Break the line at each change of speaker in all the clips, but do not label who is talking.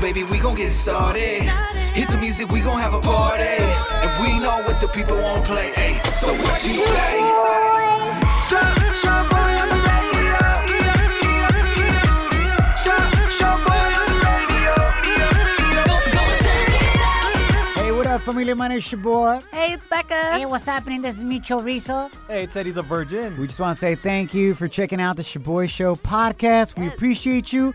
baby, we gon' get started. Hit the music, we gon' have a party. And we know what the people want play. Hey, so what you say?
Hey, what up, family? My name's Shaboy.
Hey, it's Becca.
Hey, what's happening? This is Micho Rizzo.
Hey, it's Eddie the Virgin.
We just want to say thank you for checking out the Shaboy Show podcast. We
Yes.
appreciate you.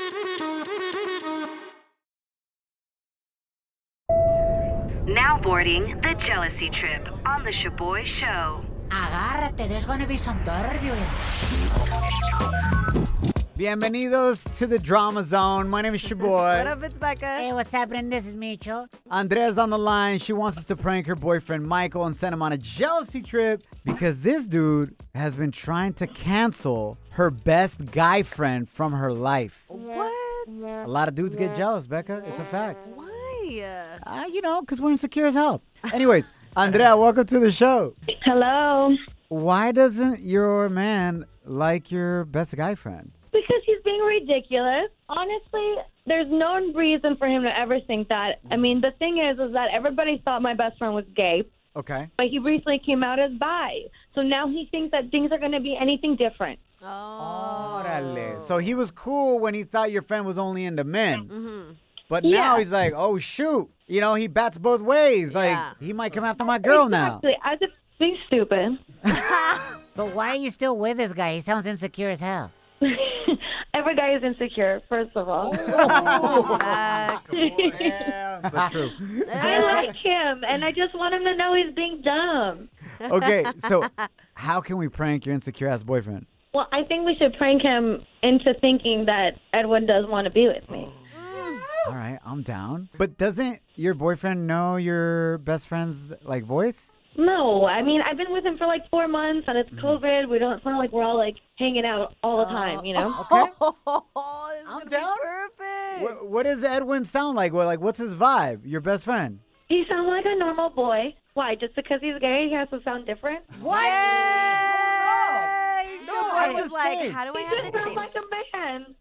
Now boarding the jealousy trip on the Shaboy Show.
Agárrate, there's gonna be some turbulence.
Bienvenidos to the drama zone. My name is
What
Shaboy.
up, it's Becca.
Hey, what's happening? This is Micho.
Andrea's on the line. She wants us to prank her boyfriend Michael and send him on a jealousy trip because this dude has been trying to cancel her best guy friend from her life.
What?
A lot of dudes get jealous, Becca. It's a fact.
Why?
Uh, you know, because we're insecure as hell. Anyways, Andrea, welcome to the show.
Hello.
Why doesn't your man like your best guy friend?
Because he's being ridiculous. Honestly, there's no reason for him to ever think that. I mean, the thing is, is that everybody thought my best friend was gay,
Okay.
but he recently came out as bi. So now he thinks that things are going to be anything different.
Oh. Orale. So he was cool when he thought your friend was only into men. But now
Yeah.
he's like, oh, shoot. You know, he bats both ways. Like,
Yeah.
he might come after my girl now.
Actually, as if being stupid.
But why are you still with this guy? He sounds insecure as hell.
Every guy is insecure, first of all.
Oh.
Facts.
Yeah, but true.
I like him, and I just want him to know he's being dumb.
Okay, so how can we prank your insecure ass boyfriend?
Well, I think we should prank him into thinking that Edwin does want to be with me.
All right, I'm down. But doesn't your boyfriend know your best friend's like voice?
No, I mean I've been with him for like four months, and it's COVID. We don't it's not like we're all like hanging out all the time, you know.
Okay.
Oh,
I'm
I'm
down.
down. Perfect.
What, what does Edwin sound like? What, like, what's his vibe? Your best friend?
He sounds like a normal boy. Why? Just because he's gay, he has to sound different?
What?
Hey,
No,
Shaboy
I'm
was
just
like,
saying.
how do I
He
have
just
to
sounds like
Oh, change?
a man.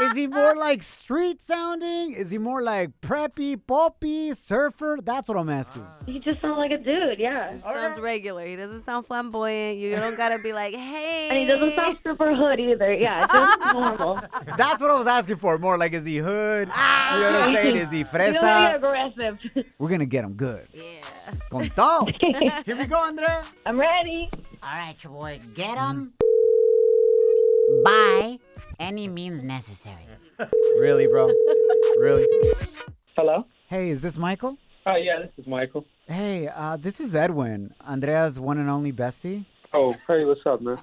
Is he more like street sounding? Is he more like preppy, poppy, surfer? That's what I'm asking.
He just sounds like a dude, yeah.
Sounds regular. He doesn't sound flamboyant. You don't gotta be like, hey.
And he doesn't sound super hood either. Yeah, just normal.
That's what I was asking for. More like, is he hood? You know what I'm saying? Is he
He's really
fresa?
aggressive.
We're gonna get him good.
Yeah.
Con todo. Here we go, Andrea.
I'm ready.
All right, your boy, get him
Mm.
by any means necessary.
Really, bro? Really?
Hello.
Hey, is this Michael?
Oh yeah, this is Michael.
Hey, uh, this is Edwin, Andrea's one and only bestie.
Oh, hey, what's up, man?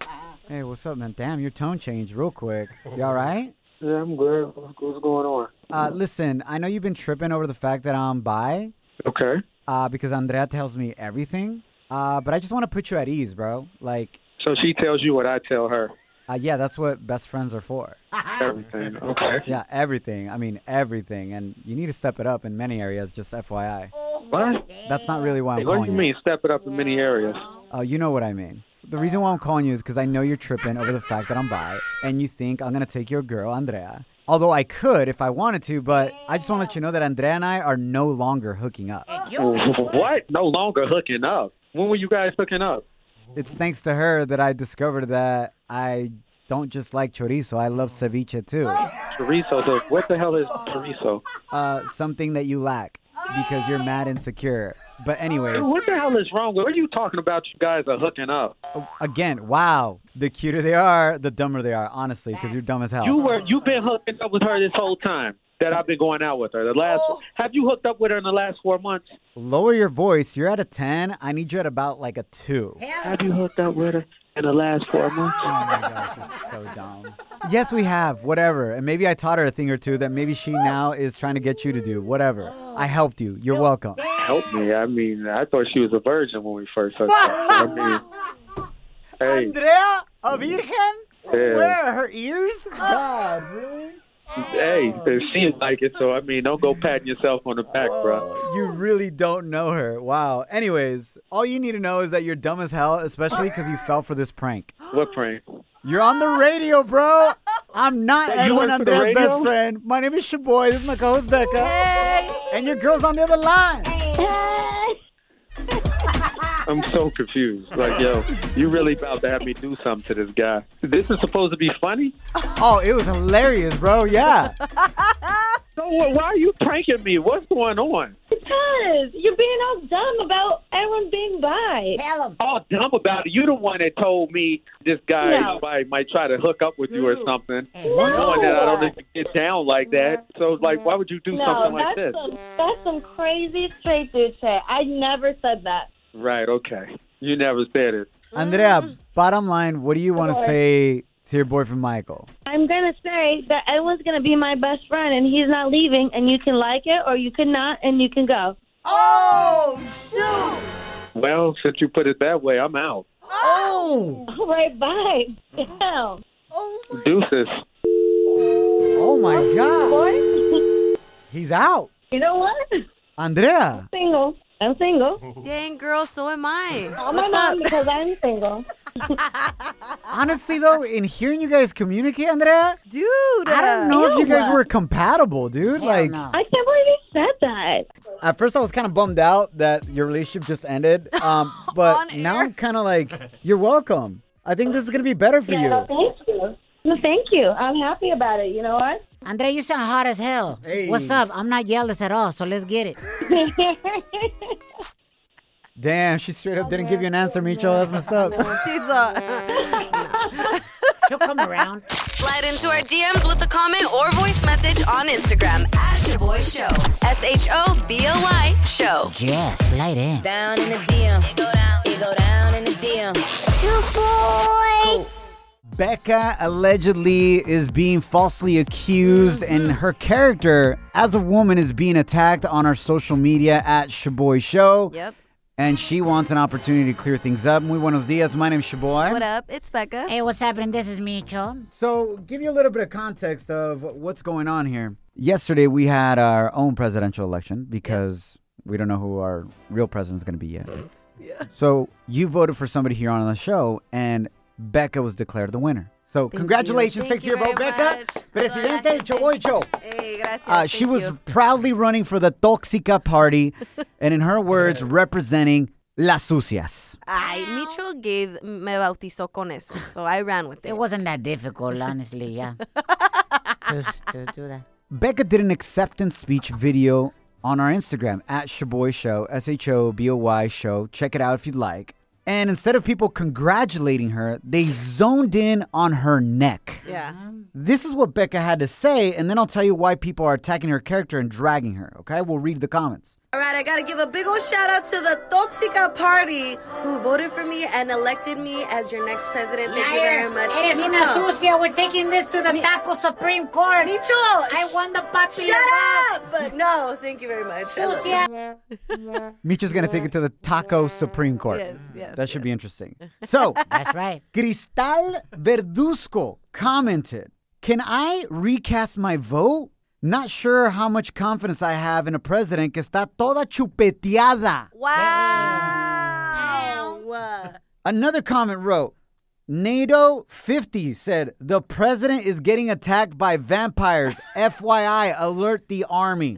Hey, what's up, man? Damn, your tone changed real quick. You all right?
Yeah, I'm good. What's, what's going on?
Uh, listen, I know you've been tripping over the fact that I'm bi.
Okay.
uh, because Andrea tells me everything. Uh, but I just want to put you at ease, bro. Like,
So she tells you what I tell her.
uh, yeah, that's what best friends are for.
Everything. Okay.
Yeah, everything. I mean, everything. And you need to step it up in many areas, just FYI.
What?
That's not really why I'm
Hey, what
calling
do you mean? Step it up in many areas.
Oh, you know what I mean. The reason why I'm calling you is because I know you're tripping over the fact that I'm bi, and you think I'm going to take your girl, Andrea. Although I could if I wanted to, but I just want to let you know that Andrea and I are no longer hooking up.
What? No longer hooking up. When were you guys hooking up?
It's thanks to her that I discovered that I don't just like chorizo, I love ceviche too.
Chorizo. So what the hell is chorizo?
uh, something that you lack because you're mad insecure. But anyways,
What the hell is wrong? with What are you talking about? You guys are hooking up.
again, wow. The cuter they are, the dumber they are, honestly, because you're dumb as hell.
You were. You've been hooking up with her this whole time that I've been going out with her. The last. Have you hooked up with her in the last four months?
Lower your voice. You're at a 10. I need you at about like a 2.
Have you hooked up with her in the last four months?
Oh my gosh, you're so dumb. Yes, we have, whatever. And maybe I taught her a thing or two that maybe she now is trying to get you to do, whatever. I helped you. You're welcome.
Help me. I mean, I thought she was a virgin when we first hooked up. I mean, hey,
Andrea, A virgen?
Yeah.
Where? Her ears?
God, really?
Hey, it seems like it. So I mean, don't go patting yourself on the back, bro.
Oh, You really don't know her. Wow. Anyways, all you need to know is that you're dumb as hell, especially because you fell for this prank.
What prank?
You're on the radio, bro. I'm not
You
Edwin
work for the
Andrea's best
radio?
friend. My name is Shaboy. This is my co-host Becca. And your girl's on the other line.
I'm so confused. Like, yo, you really about to have me do something to this guy? This is supposed to be funny.
Oh, it was hilarious, bro. Yeah.
So wh- why are you pranking me? What's going on?
Because you're being all dumb about everyone being bi.
Tell him.
All dumb about it. You the one that told me this guy
No.
might, might try to hook up with you or something.
Hey,
Knowing that I don't even get down like that. So like, why would you do
No,
something like
that's
this?
some that's some crazy straight dude shit. I never said that.
Right? Okay. You never said it.
Andrea, bottom line, what do you want to say to your boyfriend Michael?
I'm gonna say that Edwin's gonna be my best friend, and he's not leaving, and you can like it or you can not, and you can go.
Well, since you put it that way, I'm out.
Oh.
All right, bye. Damn.
Deuces.
Oh my God.
Boy,
He's out.
you know what?
Andrea.
Single. I'm single.
Dang, girl, so am I.
Call my
What's up?
mom because I'm single.
Honestly, though, in hearing you guys communicate, Andrea,
Dude.
I don't know if you guys were compatible, dude.
Hell
like,
no.
I can't believe you said that.
at first I was kind of bummed out that your relationship just ended. Um, but
On
now
air.
I'm kind of like, you're welcome. I think this is going to be better for
Yeah,
you.
thank you. No, thank you. I'm happy about it. You know what?
Andrea, you sound hot as hell.
Hey.
What's up? I'm not jealous at all, so let's get it.
Damn, she straight up didn't give you an answer, Micho. That's messed up.
She's uh, a.
She'll come around.
Slide into our DMs with a comment or voice message on Instagram at Shaboy Show. S H O B O Y Show.
Yeah, slide in.
Down in the DM. It go down. It go down in the DM.
Becca allegedly is being falsely accused, and her character as a woman is being attacked on our social media at Shaboy Show.
Yep.
And she wants an opportunity to clear things up. Muy buenos dias. My name's Shaboy.
What up? It's Becca.
Hey, what's happening? This is Micho.
So, give you a little bit of context of what's going on here. Yesterday, we had our own presidential election because we don't know who our real president's going to be yet. So, you voted for somebody here on the show, and Becca was declared the winner. So, congratulations.
Thank
Thanks to
you
your vote,
very
Becca.
much.
Presidente Choboicho.
Hey, gracias.
Uh, she
Thank
was
you.
proudly running for the Toxica Party, and in her words, representing Las Sucias.
Ay, Micho gave me bautizó con eso, so I ran with it.
It wasn't that difficult, honestly, yeah. to, to do that.
Becca did an acceptance speech video on our Instagram at Shaboy Show, S H O B O Y Show. Check it out if you'd like. And instead of people congratulating her, they zoned in on her neck.
yeah.
This is what Becca had to say, and then I'll tell you why people are attacking her character and dragging her, okay? We'll read the comments.
All right, I gotta give a big old shout out to the Toxica Party who voted for me and elected me as your next president. Thank you very much.
Eres una sucia. We're taking this to the Taco Supreme Court.
Micho,
I won the popular
Shut up! But no, thank you very much. I love you.
Sucia.
Micha's gonna take it to the Taco Supreme Court.
Yes, yes,
That should be interesting. So,
That's right.
Cristal Verduzco commented, Can I recast my vote? Not sure how much confidence I have in a president que está toda chupeteada.
Wow.
Another comment wrote, NATO50 said, The president is getting attacked by vampires. FYI, alert the army.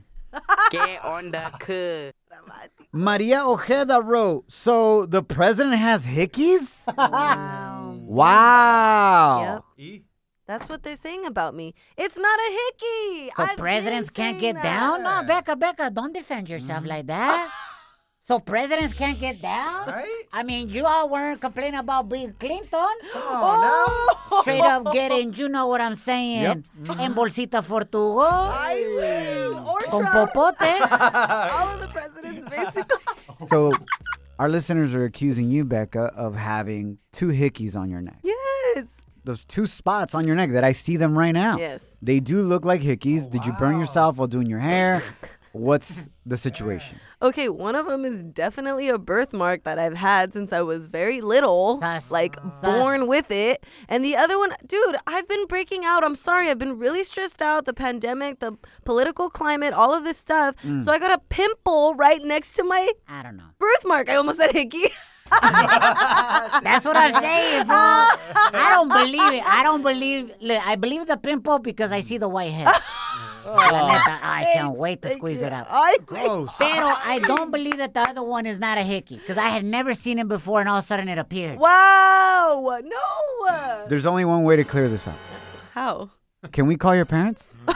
Maria Ojeda wrote, So the president has hickeys?
Wow.
Wow.
Yep.
E?
That's what they're saying about me. It's not a hickey.
So
I've been
presidents can't
saying
get
that.
down? No, Becca, Becca, don't defend yourself like that. So presidents can't get down?
Right?
I mean, you all weren't complaining about Bill Clinton.
Oh, no.
Straight up getting, you know what I'm saying, en bolsita fortugo.
I win.
Con
Or Trump.
popote.
All of the presidents, basically.
So our listeners are accusing you, Becca, of having two hickeys on your neck.
yes.
Those two spots on your neck that I see them right now.
Yes.
They do look like hickeys. Did you burn yourself while doing your hair? What's the situation?
Okay, one of them is definitely a birthmark that I've had since I was very little,
Thus-
like
thus-
born with it. And the other one, dude, I've been breaking out. I'm sorry, I've been really stressed out. The pandemic, the political climate, all of this stuff. So I got a pimple right next to my
I don't know.
birthmark. I almost said hickey.
That's what I'm saying, fool. I don't believe it. I don't believe. Look, I believe the pimple because I see the white head. La neta, I can't wait to squeeze it out.
I
Gross.
Pero I don't believe that the other one is not a hickey because I had never seen it before, and all of a sudden it appeared.
wow, no.
There's only one way to clear this up.
How?
Can we call your parents?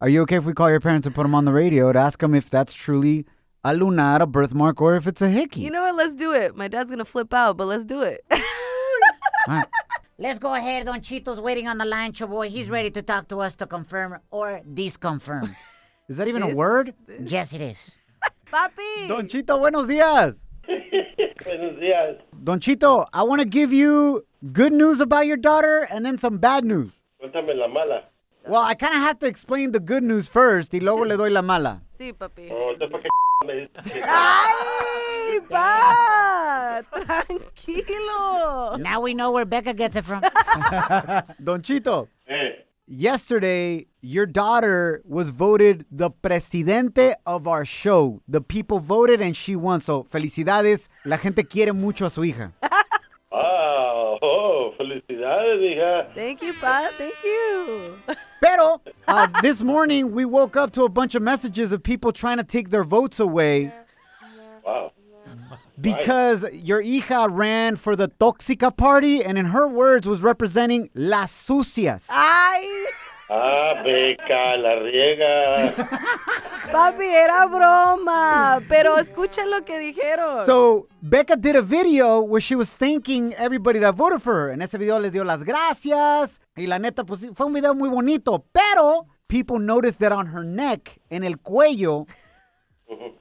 Are you okay if we call your parents and put them on the radio to ask them if that's truly a lunar, a birthmark, or if it's a hickey?
You know what? Let's do it. My dad's gonna flip out, but let's do it.
All right.
Let's go ahead. Don Chito's waiting on the line, your boy. He's ready to talk to us to confirm or disconfirm.
Is that even a word?
yes, it is.
Papi.
Don Chito, buenos dias. Don Chito, I want to give you good news about your daughter and then some bad news.
Cuéntame la mala.
Well, I kind of have to explain the good news first, y luego le doy la mala.
Sí, papi.
No, entonces, ¿para qué me dices?
¡Ay, pa! Tranquilo.
Now we know where Becca gets it from.
Don Chito,
Eh,
yesterday your daughter was voted the presidente of our show. The people voted and she won. So, felicidades. La gente quiere mucho a su hija.
ah, oh, felicidades, hija.
Thank you, pa. Thank you.
Pero uh, this morning we woke up to a bunch of messages of people trying to take their votes away
Wow.
because your hija ran for the Toxica party and in her words was representing Las Sucias.
¡Ay!
Ah, beca, la riega.
Papi, era broma. Pero escuchen lo que dijeron.
So Becca did a video where she was thanking everybody that voted for her. En ese video les dio las gracias. Y la neta, pues sí, fue un video muy bonito. Pero people noticed that on her neck, en el cuello,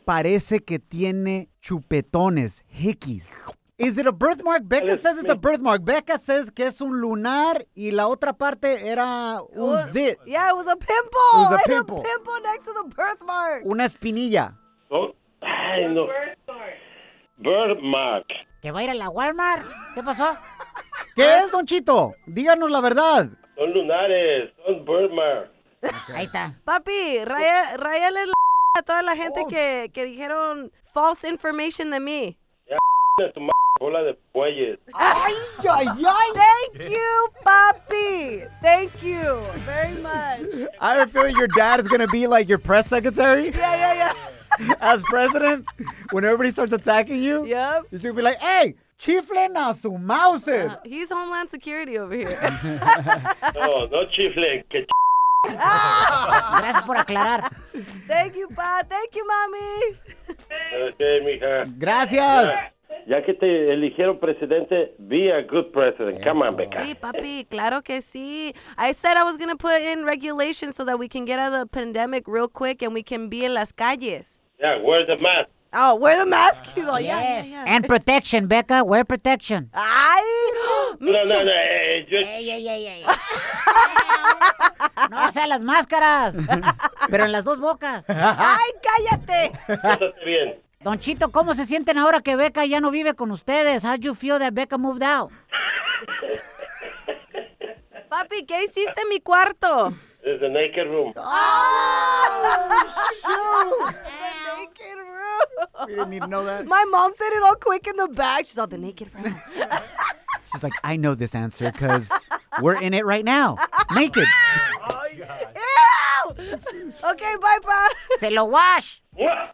parece que tiene chupetones, hickeys. Is it a birthmark? Becca says it's a birthmark. Becca says que es un lunar y la otra parte era un
Well,
zit,
Yeah, it was a pimple.
It was a
And
pimple.
pimple next to the birthmark.
una espinilla.
No, ay, no. Birdmark.
¿Te va a ir a la Walmart? ¿Qué pasó?
¿Qué es, Don Chito? Díganos la verdad.
Son lunares, son birdmark.
Ahí está.
Papi, raya, rayale la a toda la
Oh.
gente que, que dijeron false information de mí.
De tu m bola de bueyes.
¡Ay, ay, ay!
Thank you, papi. Thank you very much.
I have a feeling your dad is gonna be like your press secretary
Yeah, yeah,
as president. When everybody starts attacking you,
yeah. Yep.
he's gonna be like, "Hey, chiflen a su mouses."
He's Homeland Security over here.
No, no chiflen, que ch...
Gracias por aclarar.
Thank you, pa. Thank you, mommy.
Okay, mija.
Gracias.
Ya que te eligieron presidente, be a good president. Come on, beca.
Sí, papi, claro que sí. I said I was going to put in regulations so that we can get out of the pandemic real quick and we can be in las calles.
Yeah, wear the mask.
Oh, wear the mask. He's all, yeah,
Yes.
yeah, yeah.
And protection, Becca. Wear protection.
Ay,
No,
Micho.
no, no, eh, yo...
Ey, ey, ey, ey. No, o sea, las máscaras. Pero en las dos bocas.
Ah.
Ay, cállate.
Pórtate bien.
Don Chito, ¿cómo se sienten ahora que Becca ya no vive con ustedes? How you feel that Becca moved out?
Papi, ¿qué hiciste en mi cuarto?
It's the naked room.
Naked room.
We didn't need to know that.
My mom said it all quick in the back. She's all, the naked room.
She's like, "I know this answer because we're in it right now, naked."
Ew! Okay, bye, pa.
Se lo wash.
Y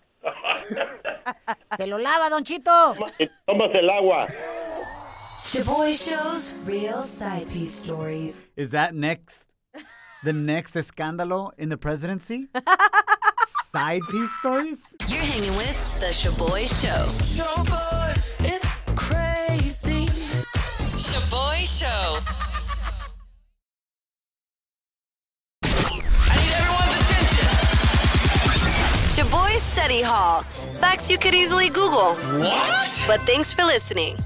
Se lo lava, Don Chito.
Tomas el agua.
Shaboy Show's real side piece stories.
Is that next? The next escándalo in the presidency? Side piece stories?
You're hanging with The Shaboy Show. Shaboy, it's crazy. Shaboy Show.
I need everyone's attention.
Shaboy Study Hall. Facts you could easily Google. What? But thanks for listening.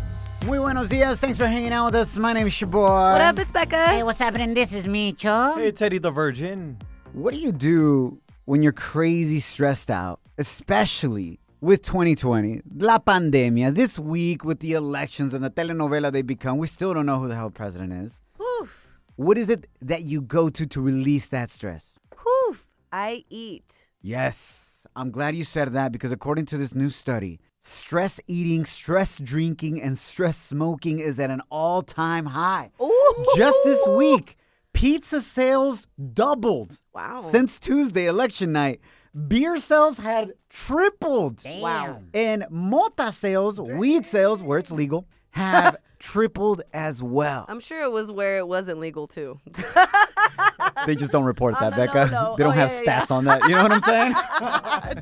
Muy buenos dias. Thanks for hanging out with us. My name is Shaboy.
What up, it's Becca.
Hey, what's happening? This is Micho.
Hey, Teddy the Virgin.
What do you do when you're crazy stressed out, especially with 2020, la pandemia, this week with the elections and the telenovela they become, we still don't know who the hell president is. What is it that you go to to release that stress?
Poof. I eat.
Yes. I'm glad you said that because according to this new study, stress eating, stress drinking, and stress smoking is at an all time high. Just this week, pizza sales doubled.
Wow.
Since Tuesday, election night. Beer sales had tripled.
Wow.
And mota sales, weed sales, where it's legal, have tripled as well.
I'm sure it was where it wasn't legal too.
They just don't report that,
the
Becca.
no-no.
They don't
Oh,
have
yeah, yeah,
stats on that. You know what I'm saying?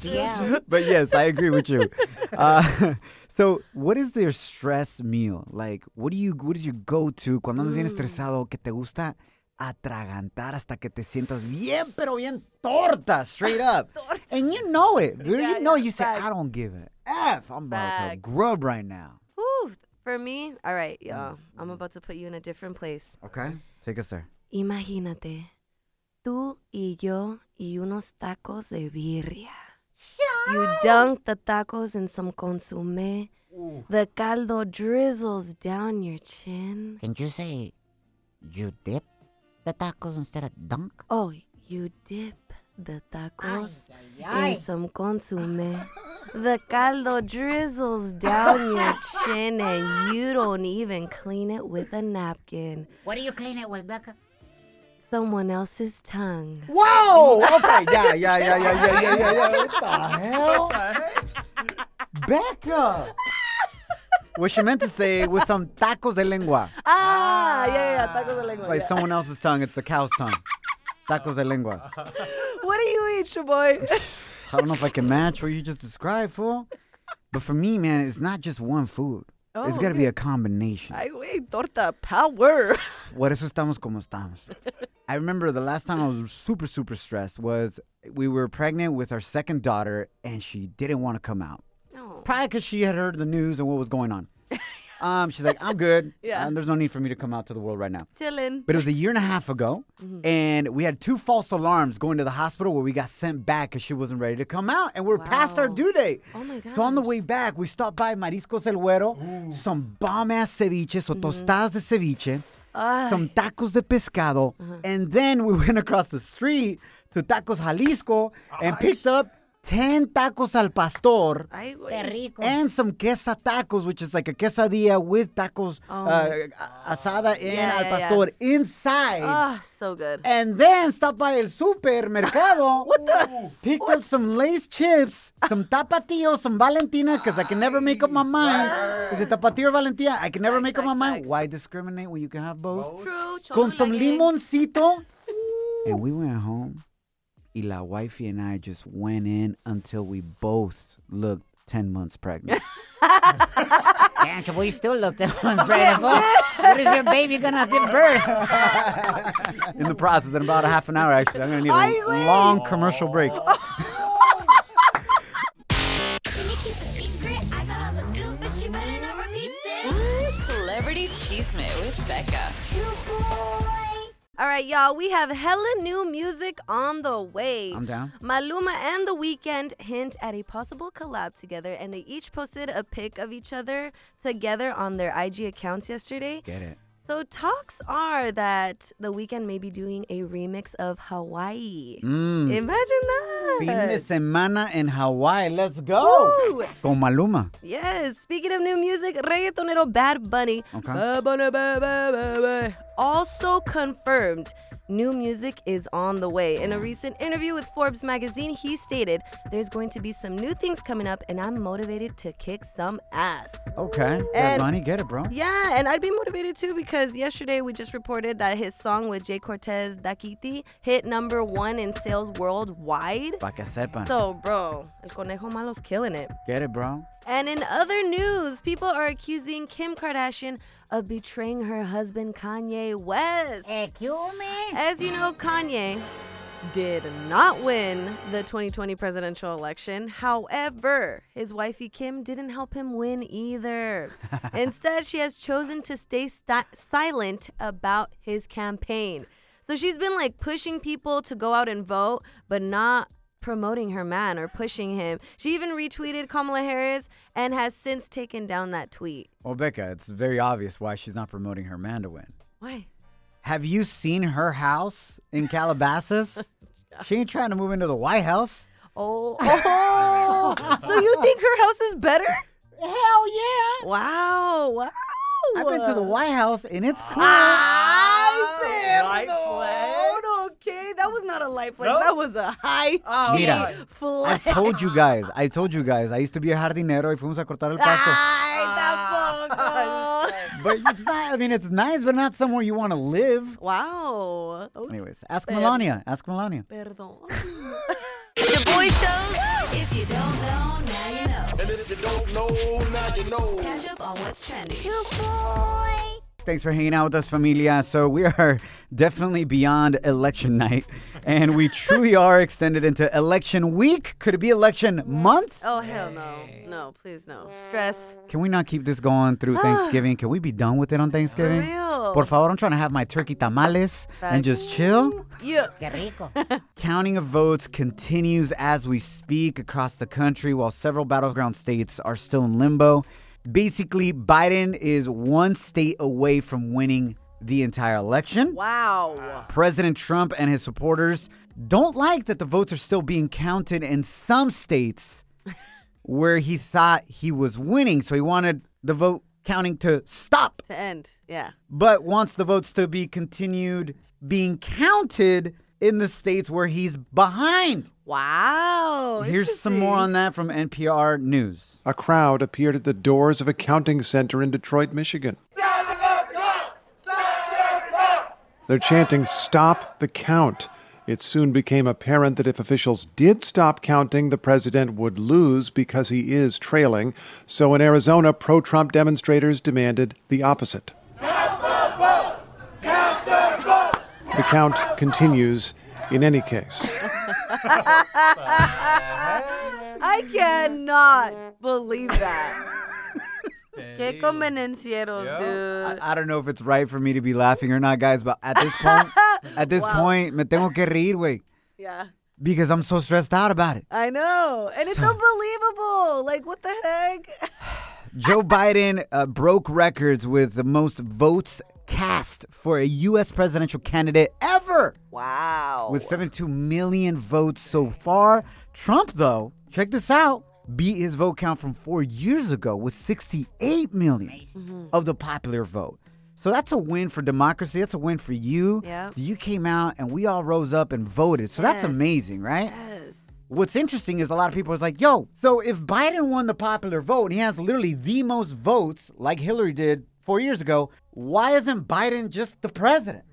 Yeah.
but yes, I agree with you. Uh, so, what is their stress meal? Like, what do you, what is your go-to cuando andas bien
Mm.
estresado que te gusta atragantar hasta que te sientas bien, pero bien torta, straight up. and you know it, dude.
Yeah,
you know,
yeah,
you say, I
facts.
don't give an F. I'm about to
Facts.
grub right now.
Whew. For me, all right, y'all. I'm about to put you in a different place.
Okay? Take us there.
Imagínate, tú y yo y unos tacos de birria. You dunk the tacos in some consomme. The caldo drizzles down your chin.
Can you say you dip the tacos instead of dunk?
Oh, you dip the tacos
ay, ay.
in some consomme. The caldo drizzles down your chin and you don't even clean it with a napkin.
What do you clean it with, Becca?
Someone else's tongue.
Whoa! Okay, yeah, yeah, yeah, yeah, yeah, yeah, yeah, yeah. What the hell? Becca! What she meant to say was some tacos de lengua.
Ah, yeah, yeah, yeah, tacos de lengua.
Like
yeah.
someone else's tongue, it's the cow's tongue. Tacos de lengua.
What do you eat, your boy?
I don't know if I can match what you just described, fool. But for me, man, it's not just one food. it's
Oh,
got to be a combination.
Ay, güey, torta power.
Por eso estamos como estamos. I remember the last time I was super, super stressed was we were pregnant with our second daughter and she didn't want to come out.
No.
Probably because she had heard the news and what was going on. Um, she's like, I'm good.
Yeah.
Um, there's no need for me to come out to the world right now.
Chillin'.
But it was a year and a half ago,
Mm-hmm.
and we had two false alarms going to the hospital where we got sent back because she wasn't ready to come out, and we're past our
Wow.
due date.
Oh my
So on the
gosh.
way back, we stopped by Mariscos El Güero, some bomb ass ceviche,
Mm-hmm.
so tostadas de ceviche, some tacos de pescado,
Uh-huh.
and then we went across the street to Tacos Jalisco and picked up 10 tacos al pastor
Ay,
Qué
güey.
rico.
and some quesa tacos, which is like a quesadilla with tacos uh, asada and
Yeah, yeah,
al
yeah.
pastor inside.
Ah, so good.
And then stop by el supermercado. what the? Picked up some Lay's chips, some tapatio, some Valentina, because I can never make up my mind. Is it tapatio or Valentina? I can never
Facts,
make up my
facts,
mind.
facts.
Why discriminate when you can have both?
True.
Con some limoncito. And we went home. Y la wifey and I just went in until we both looked 10 months pregnant.
Damn, Chapo, you still look that one's brand What is your baby gonna give birth?
in the process in about a half an hour actually. I'm gonna need a
Ay, güey.
long commercial break.
Oh.
Celebrity Cheesemate with Becca.
All right, y'all, we have hella new music on the way.
I'm down.
Maluma and The Weeknd hint at a possible collab together, and they each posted a pic of each other together on their IG accounts yesterday.
Get it.
So talks are that The Weeknd may be doing a remix of Hawaii.
Mm.
Imagine that.
Fin de semana in Hawaii. Let's go.
Woo!
Con Maluma.
Yes. Speaking of new music, reggaetonero Bad Bunny.
Okay.
Bad Bunny, bad, bad, bad, bad, Also confirmed. New music is on the way. In a recent interview with Forbes magazine, he stated, There's going to be some new things coming up, and I'm motivated to kick some ass.
Okay. Bad
And-
Bunny, get it, bro.
Yeah, and I'd be motivated too because yesterday we just reported that his song with Jay Cortez, Daquiti, hit number one in sales worldwide.
Pa que sepan.
So, bro, El Conejo Malo's killing it.
get it, bro.
And in other news, people are accusing Kim Kardashian of betraying her husband Kanye West.
Excuse me.
As you know, Kanye did not win the 2020 presidential election. However, his wifey Kim didn't help him win either. Instead, she has chosen to stay sti silent about his campaign. So she's been like pushing people to go out and vote, but not promoting her man or pushing him. She even retweeted Kamala Harris and has since taken down that tweet.
Well, Becca, it's very obvious why she's not promoting her man to win.
Why?
Have you seen her house in Calabasas? she ain't trying to move into the White House.
Oh, oh. so you think her house is better?
Hell yeah.
Wow. Wow.
I've been to the White House and it's cool.
Ay, perdón. Oh, Okay, that was not a light flex. That was a high
Oh,
key
Mira, I
flex.
told you guys. I told you guys. I used to be a jardinero y fuimos a cortar el
Ah.
pasto.
Ay, tampoco.
But it's not, Ah, I mean, it's nice, but not somewhere you want to live.
Wow. Okay,
Anyways, ask Melania. Ask Melania.
Perdón.
The boy shows. If you don't know, now you know.
And if you don't know, now you know.
Catch up on what's trending.
Thanks for hanging out with us, familia. So we are definitely beyond election night, and we truly are extended into election week. Could it be election month?
Oh, hell no. No, please no. Stress.
Can we not keep this going through Thanksgiving? Can we be done with it on Thanksgiving?
real.
Por favor, I'm trying to have my turkey tamales and just chill.
Yeah.
Qué rico.
Counting of votes continues as we speak across the country while several battleground states are still in limbo. Basically, Biden is one state away from winning the entire election.
Wow.
President Trump and his supporters don't like that the votes are still being counted in some states where he thought he was winning. So he wanted the vote counting to stop,
To end. Yeah.
but wants the votes to be continued being counted in the states where he's behind.
Wow.
Here's some more on that from NPR News.
A crowd appeared at the doors of a counting center in Detroit, Michigan. They're chanting, Stop the count. It soon became apparent that if officials did stop counting, the president would lose because he is trailing. So in Arizona, pro Trump demonstrators demanded the opposite. The count continues in any case.
I cannot believe that. Qué convenencieros, dude.
I don't know if it's right for me to be laughing or not, guys, but at this point, at this point, me tengo que reír, güey,
Yeah.
because I'm so stressed out about it.
I know. And it's unbelievable. Like, what the heck?
Joe Biden uh, broke records with the most votes cast for a U.S. presidential candidate ever
Wow.
with 72 million votes so far. Trump, though, check this out, beat his vote count from four years ago with 68 million
Mm-hmm.
of the popular vote. So that's a win for democracy. That's a win for you.
Yep.
You came out and we all rose up and voted. So that's
Yes.
amazing, right?
Yes.
What's interesting is a lot of people is like, yo, so if Biden won the popular vote and he has literally the most votes like Hillary did four years ago, why isn't Biden just the president?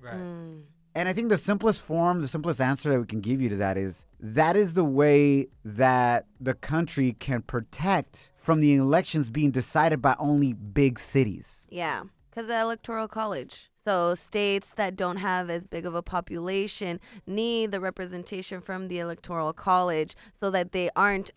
And I think the simplest form, the simplest answer that we can give you to that is that is the way that the country can protect from the elections being decided by only big cities.
Yeah, because the Electoral College. So states that don't have as big of a population need the representation from the Electoral College so that they aren't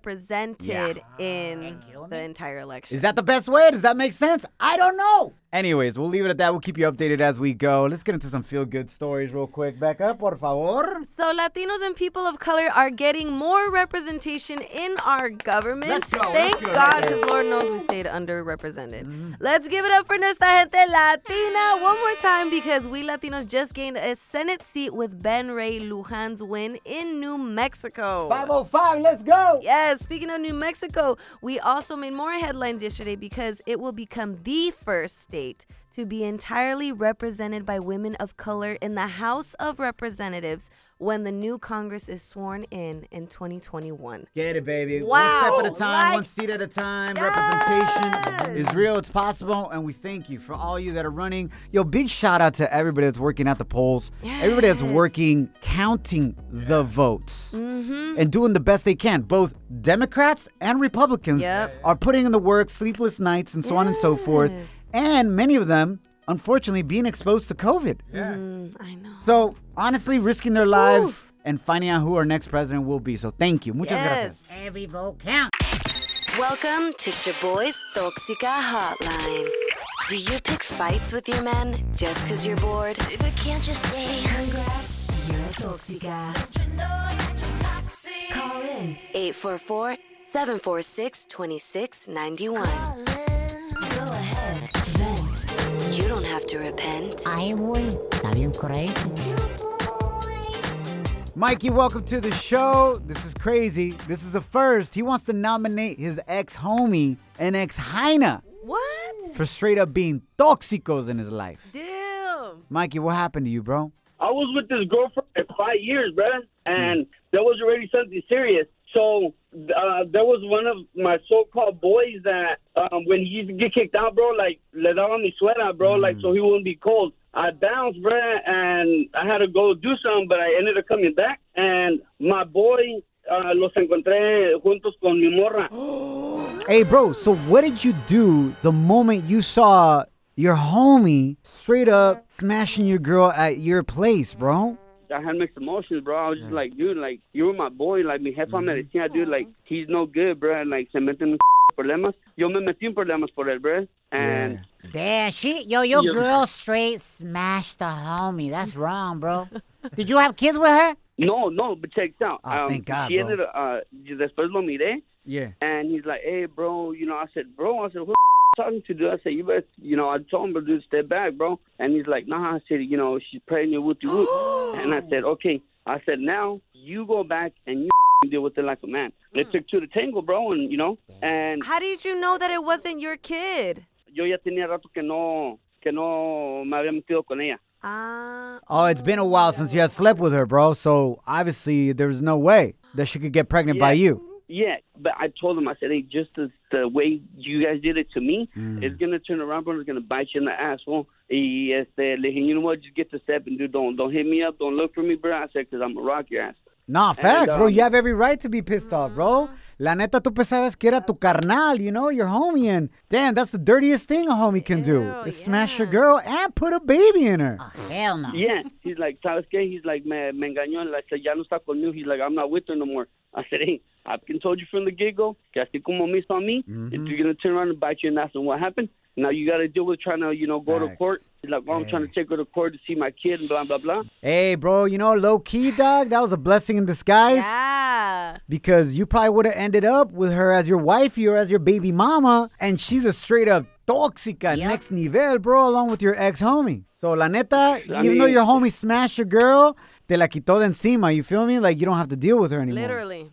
underrepresented in the entire election.
Is that the best way? Does that make sense? I don't know. Anyways, we'll leave it at that. We'll keep you updated as we go. Let's get into some feel good stories real quick. Becca, por favor.
so Latinos and people of color are getting more representation in our government.
Let's go, let's
Thank
go. Mm-hmm.
God, because Lord knows we stayed underrepresented. Let's give it up for nuestra gente Latina one more time because we Latinos just gained a Senate seat with Ben Ray Lujan's win in New Mexico.
505, let's go.
Yes, speaking of New Mexico, we also made more headlines yesterday because it will become the first state to be entirely represented by women of color in the House of Representatives when the new Congress is sworn in in 2021.
Get it, baby.
Wow,
One step at a time,
like-
one seat at a time. Representation
Yes.
is real, it's possible, and we thank you for all you that are running. Yo, big shout out to everybody that's working at the polls, everybody that's
Yes.
working counting the votes
Mm-hmm.
and doing the best they can. Both Democrats and Republicans
Yep.
are putting in the work, sleepless nights, and so on and so forth.
Yes.
And many of them, unfortunately, being exposed to COVID.
Mm, I know.
So, honestly, risking their lives and finding out who our next president will be. So, thank you. Muchas gracias.
Yes.
Every vote counts.
Welcome to Shaboy's Toxica Hotline. Do you pick fights with your men just because you're bored? But can't you say congrats? You're a Toxica. in 844 746 2691. Go ahead, vent. You don't have to repent.
Ay, güey, está bien crazy.
Mikey, welcome to the show. This is crazy. This is the first. He wants to nominate his ex homie and ex Heina
What?
for straight up being toxicos in his life.
Damn.
Mikey, what happened to you, bro?
I was with this girlfriend for five years, brother, and there was already something serious. So uh, there was one of my so-called boys that um, when he used to get kicked out, bro, like le daban mi suena, bro, like so he wouldn't be cold. I bounced, bro, and I had to go do something, but I ended up coming back, and my boy uh, los encontré juntos con mi morra.
Hey, bro, so what did you do the moment you saw your homie straight up smashing your girl at your place, bro?
I had mixed emotions, bro. I was just like, dude, like you were my boy, like mi jefa me decía, dude, like he's no good, bro. And, like se meten en problemas. Yo me metí en problemas por él, bro. And
Damn, she, yo, your
Yeah.
girl straight smashed the homie. That's wrong, bro. Did you have kids with her?
no, no, but check this out.
Oh,
Ah, thank God,
she
bro.
ended up, uh, después lo miré,
Yeah.
and he's like, hey, bro, you know, I said, bro, I said, who the f- talking to, dude? I said, you better, you know, I told him, bro, dude, step back, bro. And he's like, nah, I said, you know, she's pregnant with you. and I said, okay. I said, now you go back and you f- deal with it like a man. It took two to tango, bro, and, you know, and
Mm. How did you know that it wasn't your kid?
yo ya tenía rato que no, que no me había metido con ella.
Oh, it's been a while since you had slept with her, bro. So obviously, there was no way that she could get pregnant by
Yeah.
you.
Yeah, but I told him, I said, hey, just the, the way you guys did it to me, it's going to turn around, bro. It's going to bite you in the asshole. Y este, le dije, you know what? Just get to step and do. Don't, don't hit me up. Don't look for me, bro. I said, because I'm going to rock your ass.
Nah,
And,
facts, bro.
um,
You have every right to be pissed off, bro. La neta, tú pensabas que era tu carnal, you know, your homie. And damn, that's the dirtiest thing a homie can do is smash your girl and put a baby in her.
Hell no.
Yeah. He's like, ¿sabes qué? He's like, me, me engañó. And I said, ya no está conmigo. He's like, I'm not with her no more. I said, hey, I can told you from the get-go, que así como me saw me, if you're going to turn around and bite your ass. And what happened? Now you got to deal with trying to, you know, go to court. He's like, well, I'm trying to take her to court to see my kid and blah, blah, blah.
Hey, bro, you know, low key, dog, that was a blessing in disguise.
Yeah.
Because you probably would have ended up with her as your wifey or as your baby mama, and she's a straight up toxica next nivel, bro, along with your ex homie. So, la neta, even
I
though
mean-
your homie smashed your girl, te la quitó de encima, you feel me? Like, you don't have to deal with her anymore.
Literally.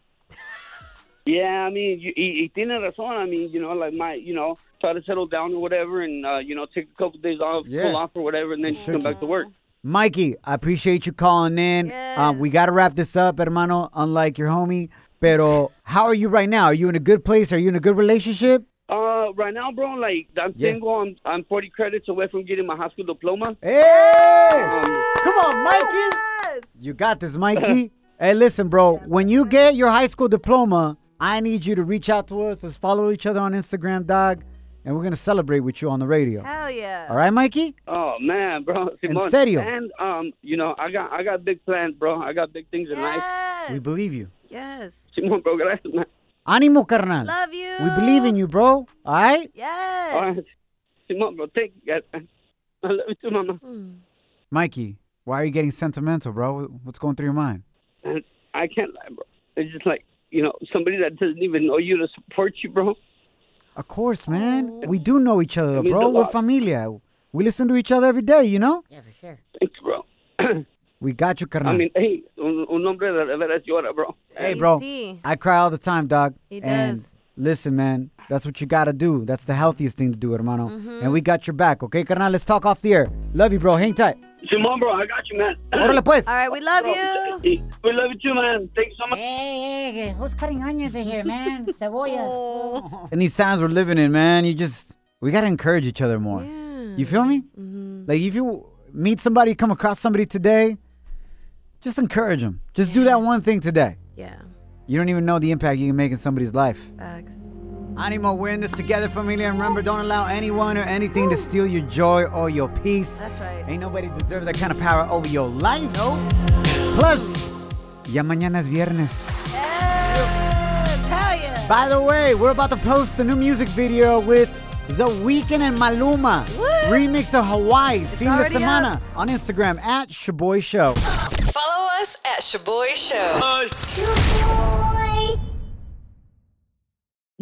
Yeah, I mean, you, y, y tiene razón. I mean, you know, like my, you know, try to settle down or whatever, and uh, you know, take a couple days off,
Yeah.
pull off or whatever, and then she come back to work.
Mikey, I appreciate you calling in. Um, we got to wrap this up, hermano, unlike your homie. Pero, how are you right now? Are you in a good place? Are you in a good relationship?
Uh, right now, bro, like I'm
Yeah.
single. I'm I'm 40 credits away from getting my high school diploma.
Hey! Come on, Mikey. You got this, Mikey. hey, listen, bro. When you get your high school diploma, I need you to reach out to us. Let's follow each other on Instagram, dog. And we're going to celebrate with you on the radio.
Hell yeah.
All right, Mikey?
Oh man, bro,
En
Simón.
serio.
And um, you know, I got I got big plans, bro. I got big things in life.
We believe you.
Yes.
Simon, bro, gracias, man.
Animo, carnal.
Love you.
We believe in you, bro. All right?
Yes.
All right, Simon, bro, thank you, guys. man. I love you too, mama.
Mikey, why are you getting sentimental, bro? What's going through your mind?
And I can't lie, bro. It's just like you know, somebody that doesn't even know you to support you, bro.
Of course, man. We do know each other,
means
bro.
a
We're
lot.
familia. We listen to each other every day, you know?
Yeah, for sure.
Thanks, bro.
We got you, carnal.
I mean, hey, un, un hombre de de veras llora, bro.
Hey, bro. I cry all the time, dog.
He
And
does.
listen, man, that's what you gotta do. That's the healthiest thing to do, hermano.
Mm-hmm.
And we got your back, okay, carnal? Let's talk off the air. Love you, bro. Hang tight.
Simón, bro, I got you, man.
Órale, pues. All
right, we love you.
We love you too, man. Thanks so much.
Hey, hey, hey, who's cutting onions in here, man? Cebollas.
In these times we're living in, man, you just we gotta encourage each other more. You feel me? Like if you meet somebody, come across somebody today, just encourage them. Just do that one thing today.
Yeah.
You don't even know the impact you can make in somebody's life.
Facts.
Animo, we're in this together, familia. And remember, don't allow anyone or anything to steal your joy or your peace.
That's right.
Ain't nobody deserve that kind of power over your life. No. Plus, ya mañana es viernes.
Hell yeah.
By the way, we're about to post the new music video with The Weeknd and Maluma. Remix of Hawaii, fin de
already
semana. On Instagram, at Shaboy Show.
Follow us at Shaboy Show.